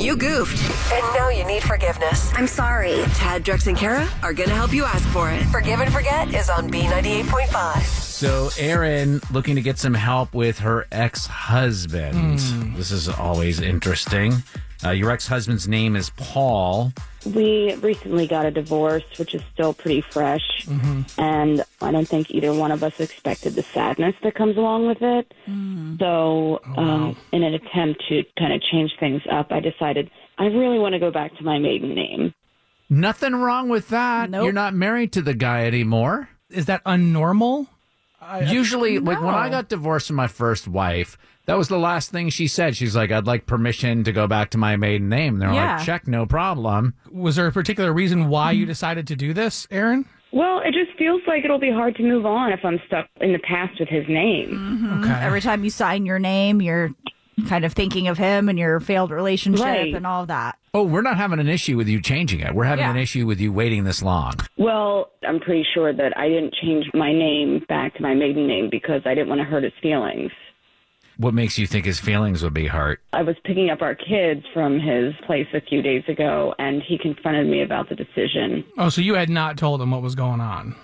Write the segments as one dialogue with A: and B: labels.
A: You goofed.
B: And now you need forgiveness.
A: I'm sorry. Tad, Drex, and Kara are going to help you ask for it.
B: Forgive and Forget is on B98.5.
C: So, Erin looking to get some help with her ex husband.
D: Hmm.
C: This is always interesting. Uh, your ex husband's name is Paul.
E: We recently got a divorce, which is still pretty fresh. And I don't think either one of us expected the sadness that comes along with it. So, um, in an attempt to kind of change things up, I decided I really want to go back to my maiden name.
C: Nothing wrong with that.
D: Nope.
C: You're not married to the guy anymore.
D: Is that unnormal?
C: Usually, like when I got divorced from my first wife, that was the last thing she said. She's like, I'd like permission to go back to my maiden name. They're
D: Yeah.
C: like, check, no problem.
D: Was there a particular reason why you decided to do this, Aaron?
E: Well, it just feels like it'll be hard to move on if I'm stuck in the past with his name.
D: Okay.
F: Every time you sign your name, you're kind of thinking of him and your failed relationship
E: Right.
F: and all of that.
C: Oh, we're not having an issue with you changing it. We're having
F: Yeah.
C: an issue with you waiting this long.
E: Well, I'm pretty sure that I didn't change my name back to my maiden name because I didn't want to hurt his feelings.
C: What makes you think his feelings would be hurt?
E: I was picking up our kids from his place a few days ago, and he confronted me about the decision.
D: Oh, so you had not told him what was going on.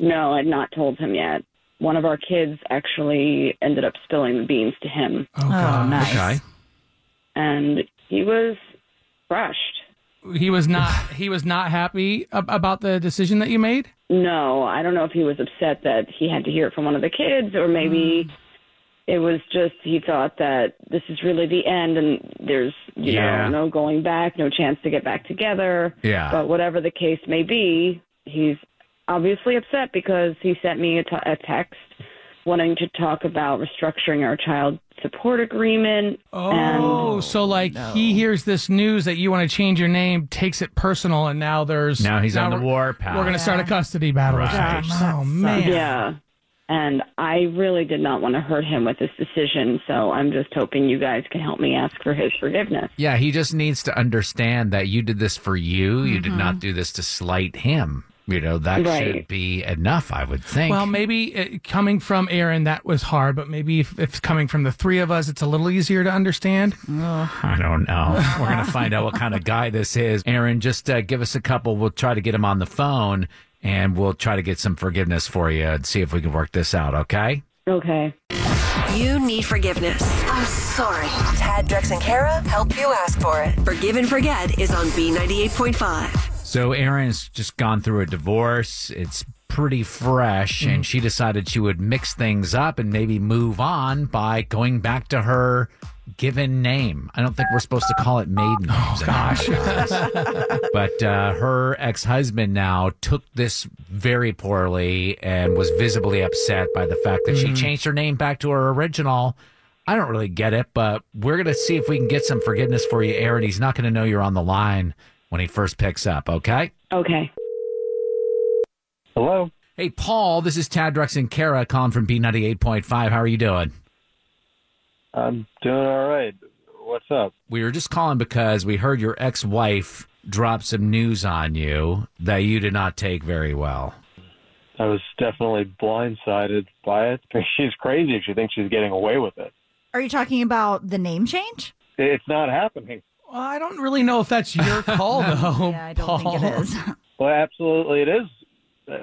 E: No, I'd not told him yet. One of our kids actually ended up spilling the beans to him,
D: Oh, God.
F: nice.
C: Okay.
E: and he was crushed.
D: He was not. He was not happy ab- about the decision that you made.
E: No, I don't know if he was upset that he had to hear it from one of the kids, or maybe
C: Hmm.
E: it was just he thought that this is really the end, and there's you
C: Yeah.
E: know no going back, no chance to get back together.
C: Yeah.
E: But whatever the case may be, he's obviously upset because he sent me a t- a text wanting to talk about restructuring our child support agreement.
D: Oh, so like he hears this news that you want to change your name, takes it personal, and now there's
C: Now he's on the
D: we're-
C: warpath.
D: We're going to start a custody battle.
C: Right.
D: Yeah.
C: Gosh,
D: Oh man.
E: And yeah. And I really did not want to hurt him with this decision, so I'm just hoping you guys can help me ask for his forgiveness.
C: Yeah, he just needs to understand that you did this for you. You did not do this to slight him. You know, that
E: Right.
C: should be enough, I would think.
D: Well, maybe it, coming from Aaron, that was hard, but maybe if, if it's coming from the three of us, it's a little easier to understand.
C: I don't know. We're going to find out what kind of guy this is. Aaron, just uh, give us a couple. We'll try to get him on the phone and we'll try to get some forgiveness for you and see if we can work this out, okay?
E: Okay.
A: You need forgiveness.
B: I'm sorry. Tad, Drex, and Kara help you ask for it.
A: Forgive and Forget is on B98.5.
C: So, Aaron's just gone through a divorce. It's pretty fresh, and she decided she would mix things up and maybe move on by going back to her given name. I don't think we're supposed to call it maiden. Oh, gosh. but uh, her ex husband now took this very poorly and was visibly upset by the fact that she changed her name back to her original. I don't really get it, but we're going to see if we can get some forgiveness for you, Aaron. He's not going to know you're on the line when he first picks up, okay?
E: Okay.
G: Hello.
C: Hey, Paul, this is Tad Drex and Kara calling from B98.5. How are you doing?
G: I'm doing all right. What's up?
C: We were just calling because we heard your ex wife drop some news on you that you did not take very well.
G: I was definitely blindsided by it. She's crazy if she thinks she's getting away with it.
F: Are you talking about the name change?
G: It's not happening.
D: Well, I don't really know if that's your call, though.
F: yeah, I don't
D: Paul.
F: think it is.
G: Well, absolutely, it is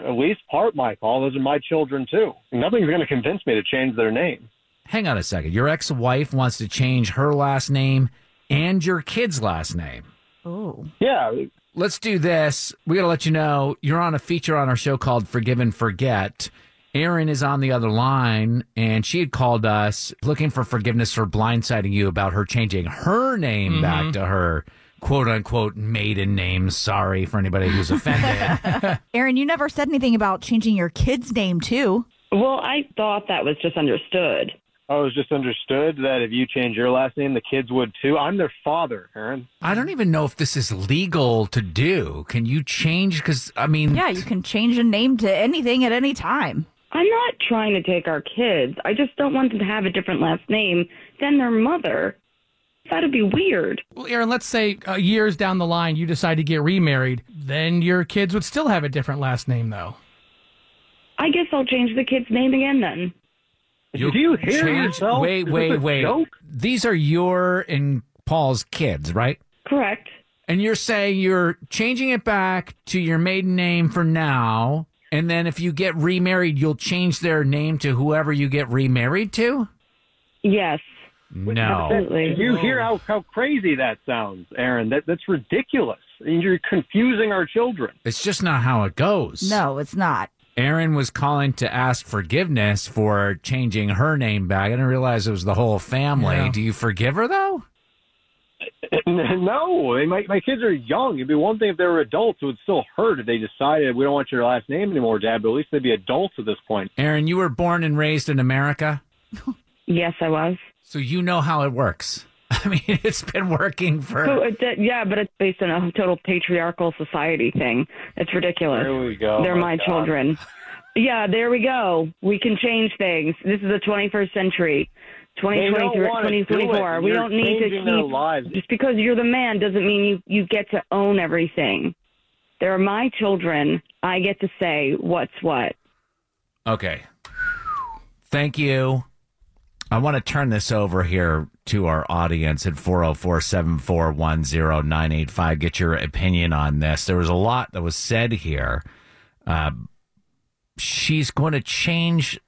G: at least part my call. Those are my children too. Nothing's going to convince me to change their name.
C: Hang on a second. Your ex wife wants to change her last name and your kid's last name.
F: Oh,
G: Yeah,
C: Let's do this. We got to let you know you're on a feature on our show called Forgive and Forget. Erin is on the other line, and she had called us looking for forgiveness for blindsiding you about her changing her name
F: Mm-hmm.
C: back to her quote unquote maiden name. Sorry for anybody who's offended.
F: Aaron, you never said anything about changing your kid's name too.
E: Well, I thought that was just understood.
G: I was just understood that if you change your last name, the kids would too. I'm their father, Aaron.
C: I don't even know if this is legal to do. Can you change? Because, I mean,
F: Yeah, you can change a name to anything at any time.
E: I'm not trying to take our kids. I just don't want them to have a different last name than their mother. That'd be weird.
D: Well, Aaron, let's say uh, years down the line you decide to get remarried, then your kids would still have a different last name, though.
E: I guess I'll change the kid's name again then.
G: Do you hear
C: change-
G: yourself?
C: Wait,
G: Is this
C: wait,
G: a
C: wait.
G: joke?
C: These are your and Paul's kids, right?
E: Correct.
C: And you're saying you're changing it back to your maiden name for now. And then if you get remarried, you'll change their name to whoever you get remarried to?
E: Yes.
C: No.
E: Absolutely.
G: You hear how, how crazy that sounds, Aaron. That, that's ridiculous. And You're confusing our children.
C: It's just not how it goes.
F: No, it's not.
C: Erin was calling to ask forgiveness for changing her name back. I didn't realize it was the whole family.
D: Yeah.
C: Do you forgive her though?
G: no, they- my, my kids are young. It'd be one thing if they were adults. It would still hurt if they decided, we don't want your last name anymore, Dad, but at least they'd be adults at this point.
C: Erin, you were born and raised in America,
E: Yes, I was.
C: so you know how it works. I mean, it's been working
E: So
C: for.
E: it, that- yeah, but it's based on a total patriarchal society thing. It's ridiculous.
G: There we go.
E: They're my,
G: Oh God.
E: children. Yeah, there we go. We can change things. This is the 21st century.
G: They don't
E: 2023,
G: wanna do it.
E: 2024. we
G: You're
E: don't need to
G: changing their
E: keep
G: lives.
E: just because you're the man doesn't mean you you get to own everything. They're my children. I get to say what's what.
C: Okay. Thank you. I want to turn this over here to our audience at 404 741 0985. Get your opinion on this. There was a lot that was said here. Uh, she's going to change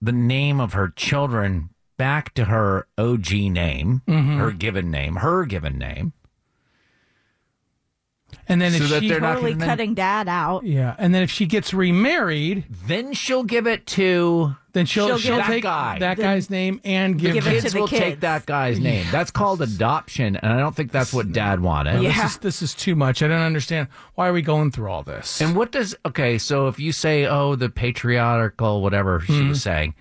C: the name of her children back to her OG name,
F: Mm-hmm.
C: her given name, her given name.
D: And then
C: So
D: if
C: that
D: she
C: they're not-
F: Totally
C: And then-
F: cutting dad out.
D: yeah, and then if she gets remarried,
C: Then she'll give it to
D: then she'll
F: She'll
D: she'll,
F: give
C: that
D: take
C: guy.
D: that guy's name and give,
F: Give it
D: his-
F: to
C: kids
F: the
C: will take
F: kids.
C: that guy's name. That's called adoption, and I don't think that's what dad wanted.
F: Yeah.
D: This is, this is too much. I don't understand. Why are we going through all this?
C: And what does okay? So if you say, "Oh, the patriarchal," whatever she was saying,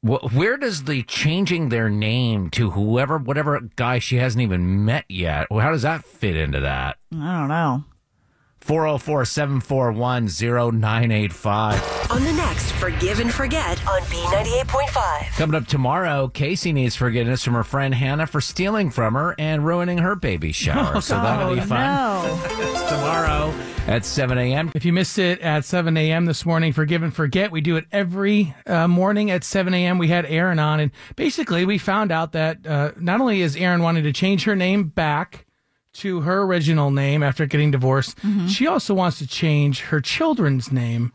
C: wh- where does the changing their name to whoever, whatever guy she hasn't even met yet? How does that fit into that?
F: I don't know.
C: 404-741-0985.
A: On the next Forgive and Forget,
B: on B98.5.
C: Coming up tomorrow, Casey needs forgiveness from her friend Hannah for stealing from her and ruining her baby shower. so that'll be fun.
F: Oh, No.
C: It's tomorrow at 7 a.m.
D: If you missed it at 7 a.m. this morning, forgive and forget. We do it every uh, morning at 7 a.m. We had Aaron on, and basically we found out that uh, not only is Aaron wanting to change her name back to her original name after getting divorced, she also wants to change her children's name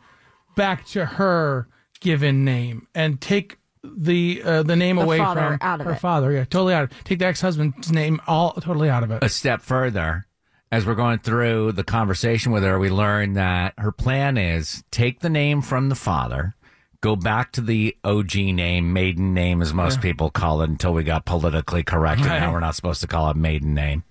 D: back to her given name and take the uh, the name away
F: father
D: from
F: out of
D: her
F: it.
D: father. Yeah, totally out of it. Take the ex husband's name all totally out of it.
C: a step further as we're going through the conversation with her we learn that her plan is take the name from the father go back to the og name maiden name as most people call it until we got politically correct and now
D: Right.
C: we're not supposed to call it maiden name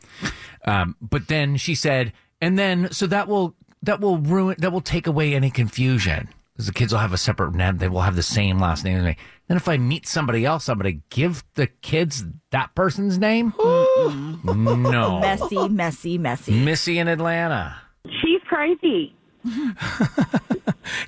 C: um, but then she said and then so that will that will ruin that will take away any confusion 'Cause the kids will have a separate name they will have the same last name as me then if i meet somebody else i'm going to give the kids that person's name no
F: Messy, messy, messy.
C: Missy in Atlanta.
E: She's crazy.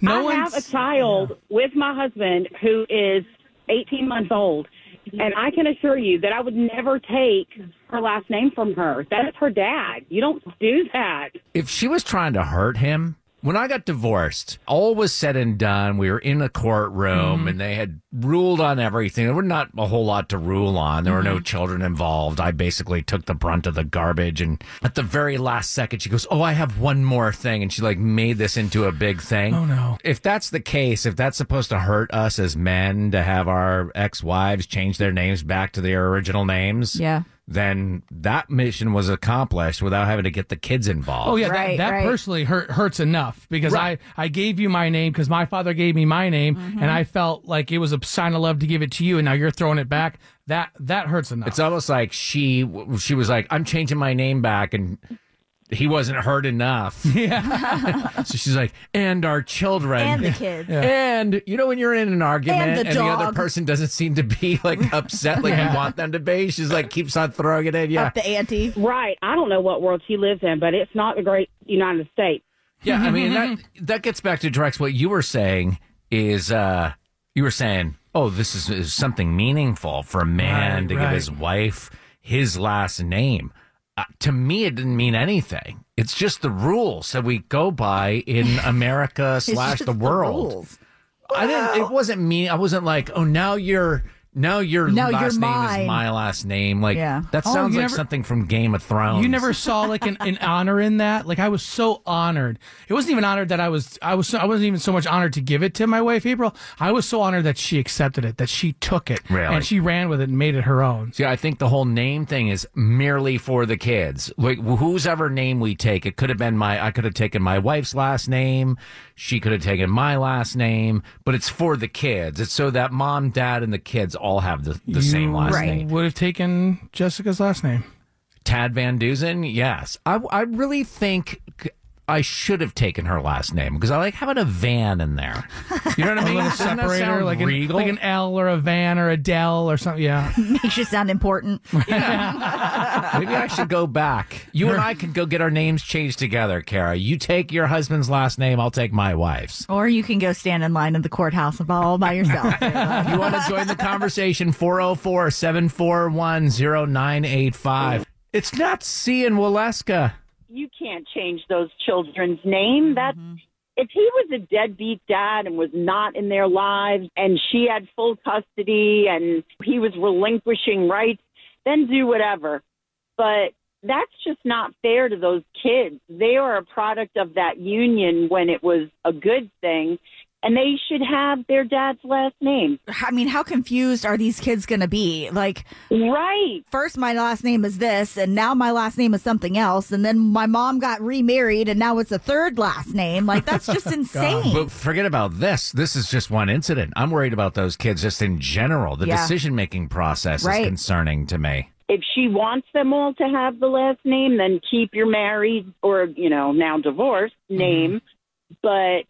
D: no
E: I have a child with my husband who is 18 months old, and I can assure you that I would never take her last name from her. That is her dad. You don't do that.
C: If she was trying to hurt him, when I got divorced, all was said and done. We were in a courtroom
D: Mm-hmm.
C: and they had ruled on everything. There were not a whole lot to rule on. There were
D: Mm-hmm.
C: no children involved. I basically took the brunt of the garbage. And at the very last second, she goes, Oh, I have one more thing. And she like made this into a big thing.
D: Oh, no.
C: If that's the case, if that's supposed to hurt us as men to have our ex wives change their names back to their original names,
F: Yeah.
C: then that mission was accomplished without having to get the kids involved.
D: Oh yeah,
F: Right,
D: that, that
F: right.
D: personally hurt, hurts enough because
C: Right.
D: I, I gave you my name because my father gave me my name
F: Mm-hmm.
D: and I felt like it was a sign of love to give it to you and now you're throwing it back. That that hurts enough.
C: It's almost like she she was like, "I'm changing my name back," and he wasn't hurt enough. Yeah. so she's like, "And our children."
F: And the kids.
C: And you know when you're in an argument
F: And
C: and
F: the
C: the, other
F: dog.
C: person doesn't seem to be like upset like you want them to be, she's like keeps on throwing it in. Yeah,
F: Up the ante.
E: Right. I don't know what world she lives in, but it's not the great United States.
C: yeah. I mean that that gets back to Drex. What you were saying is uh you were saying, "Oh, this is, is something meaningful for a man
D: Right,
C: to give
D: right.
C: his wife his last name." Uh, to me, it didn't mean anything. It's just the rules that we go by in America
F: It's
C: slash
F: just
C: the world.
F: rules.
C: I didn't. It wasn't me. I wasn't like, oh, now you're No, your
F: No, you're
C: last name
F: mine.
C: is my last name. Like
F: Yeah.
C: that
D: Oh,
C: sounds
D: you
C: like
D: never-
C: something from Game of Thrones.
D: You never saw like an, an honor in that. Like I was so honored. It wasn't even honored that I was. I was. So, I wasn't even so much honored to give it to my wife April. I was so honored that she accepted it, that she took it,
C: Really?
D: and she ran with it and made it her own.
C: See, I think the whole name thing is merely for the kids. Like, wh- whose ever name we take, it could have been my, I could have taken my wife's last name. She could have taken my last name, but it's for the kids. It's so that mom, dad, and the kids all have the, the same last
F: Right.
C: name.
D: Would have taken Jessica's last name.
C: Tad Van Dusen, yes. I, I really think c- I should have taken her last name because I like having a van in there. You know what I mean?
D: A
C: Doesn't that
D: separator,
C: sound
D: like an,
C: regal?
D: like an L or a Van or a Dell or something. Yeah.
F: Makes you sound important.
C: Maybe I should go back. You and I could go get our names changed together, Kara. You take your husband's last name, I'll take my wife's.
F: Or you can go stand in line in the courthouse all by yourself.
C: You want to join the conversation? 404 741 0985. It's not C in Waleska.
E: you can't change those children's name. That's if he was a deadbeat dad and was not in their lives and she had full custody and he was relinquishing rights, then do whatever. But that's just not fair to those kids. They are a product of that union when it was a good thing and they should have their dad's last name.
F: I mean, how confused are these kids going to be? Like,
E: Right.
F: first my last name is this, and now my last name is something else, and then my mom got remarried, and now it's a third last name. Like, that's just insane.
C: But forget about this. This is just one incident. I'm worried about those kids just in general. The
F: Yeah.
C: decision making process
F: Right.
C: is concerning to me.
E: if she wants them all to have the last name, then keep your married or, you know, now divorced
H: Mm-hmm.
E: name. But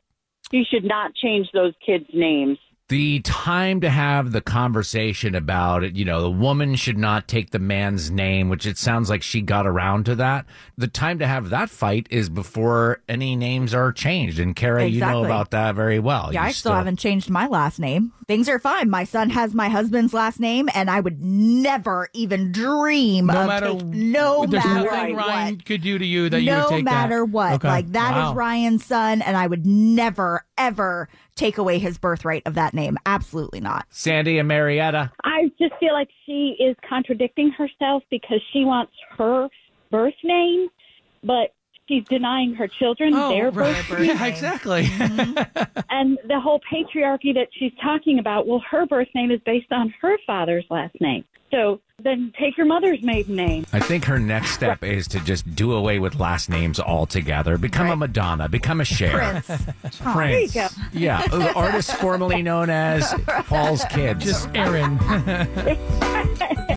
E: you should not change those kids' names.
C: the time to have the conversation about it you know the woman should not take the man's name which it sounds like she got around to that the time to have that fight is before any names are changed and kara you know
F: Exactly.
C: about that very well
F: yeah,
C: You
F: I still, haven't changed my last name. Things are fine. My son has my husband's last name, and I would never even dream
D: No
F: of
D: matter
F: take, no
D: there's
F: matter
D: nothing
F: what.
D: Ryan could do to you that you would
F: no
D: take
F: matter
D: that.
F: what.
D: Okay.
F: Like that is
D: Wow.
F: Ryan's son, and I would never, ever take away his birthright of that name. Absolutely not.
C: sandy and marietta
H: I just feel like she is contradicting herself because she wants her birth name, but she's denying her children their
D: Oh, right.
H: birth
D: Yeah, exactly.
H: and the whole patriarchy that she's talking about. Well, her birth name is based on her father's last name. So then take your mother's maiden name.
C: i think her next step is to just do away with last names altogether become a madonna become a Cher.
F: Prince.
C: Prince. yeah the artist formerly known as paul's kids
D: Just Aaron.